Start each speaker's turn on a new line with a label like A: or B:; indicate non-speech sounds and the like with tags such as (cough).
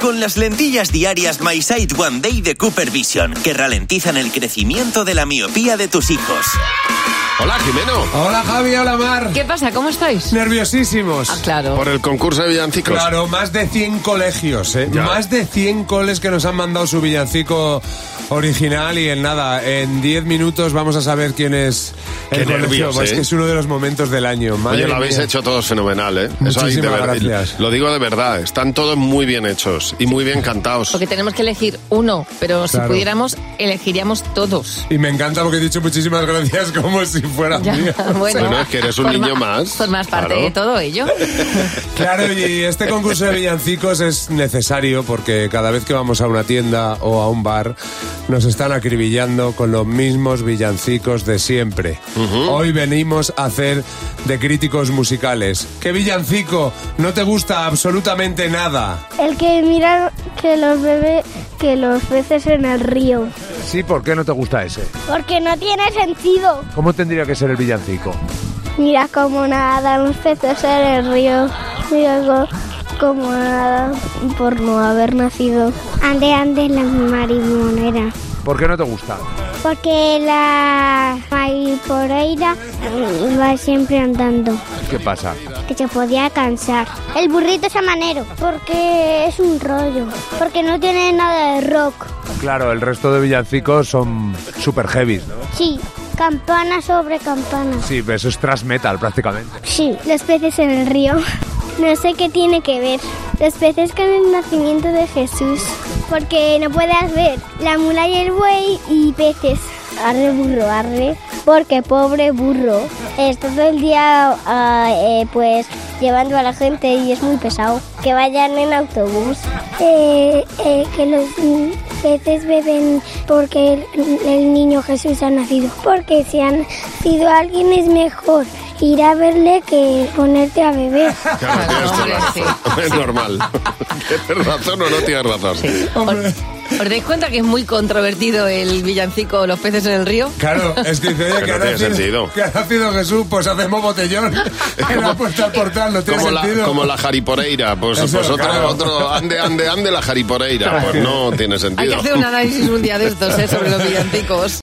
A: con las lentillas diarias My Sight One Day de Cooper Vision, que ralentizan el crecimiento de la miopía de tus hijos.
B: Hola, Jimeno.
C: Hola, Javi, hola, Mar.
D: ¿Qué pasa? ¿Cómo estáis?
C: Nerviosísimos.
D: Ah, claro.
B: Por el concurso de villancicos.
C: Claro, más de 100 colegios, ¿eh?
B: Ya.
C: Más de 100 coles que nos han mandado su villancico original y en nada, en 10 minutos vamos a saber quién es el
B: Qué
C: colegio.
B: nervios,
C: Pues
B: ¿eh?
C: que es uno de los momentos del año. Madre
B: Oye, lo habéis
C: mía.
B: hecho todos fenomenal, ¿eh? hay de
C: Muchísimas
B: verdad-
C: gracias.
B: Lo digo de verdad, están todos muy bien hechos y muy bien cantados.
D: Porque tenemos que elegir uno, pero si
C: Claro.
D: pudiéramos, elegiríamos todos.
C: Y me encanta porque he dicho muchísimas gracias como si fuera
D: Ya, (laughs)
C: mío.
B: Bueno, es que eres un
D: forma-
B: niño más,
D: Formas parte
B: claro.
D: de todo ello.
C: Claro, y este concurso de villancicos es necesario porque cada vez que vamos a una tienda o a un bar nos están acribillando con los mismos villancicos de siempre. Hoy venimos a hacer de críticos musicales. ¿Qué villancico no te gusta absolutamente nada?
E: El que mira que los bebés, que los peces en el río.
F: Sí, ¿por qué no te gusta ese?
E: Porque no tiene sentido.
F: ¿Cómo tendría que ser el villancico?
E: Mira cómo nadan los peces en el río. Mira co- cómo nadan por no haber nacido. Ande, ande la marimonera.
F: ¿Por qué no te gusta?
E: Porque la mariporeira va siempre andando.
F: ¿Qué pasa?
E: que se podía cansar. El burrito es amanero. Porque es un rollo. Porque no tiene nada de rock.
F: Claro, el resto de villancicos son super heavy, ¿no?
E: Sí, campana sobre campana.
F: Sí, pero eso es thrash metal prácticamente.
E: Sí, los peces en el río. No sé qué tiene que ver. Los peces con el nacimiento de Jesús. Porque no puedes ver la mula y el buey y peces. Arre burro, arre. Porque pobre burro. Está todo el día ah, eh, pues llevando a la gente y es muy pesado. Que vayan en autobús. Eh, que los peces beben porque el, niño Jesús ha nacido. Porque si han nacido alguien es mejor ir a verle que ponerte a beber.
B: Claro, tienes toda la
D: Hombre,
B: razón. Es
D: (laughs)
B: normal. ¿Tienes razón o no tienes razón?
D: ¿Os, os dais cuenta que es muy controvertido el villancico Los peces en el río?
C: Claro, es que dice, oye,
B: Que
C: que,
B: no
C: ha
B: tiene
C: nacido,
B: sentido.
C: que ha nacido Jesús, pues
B: (laughs)
C: hacemos botellón. (laughs) En la puerta al portal, no tiene
B: Como la,
C: sentido.
B: como la jariporeira, pues,
C: Eso,
B: pues otro,
C: claro.
B: otro, ande,
C: (laughs)
B: ande, ande la jariporeira, pues no tiene
D: Hay que
B: sentido.
D: hacer un análisis un día de estos ¿eh? sobre los villancicos.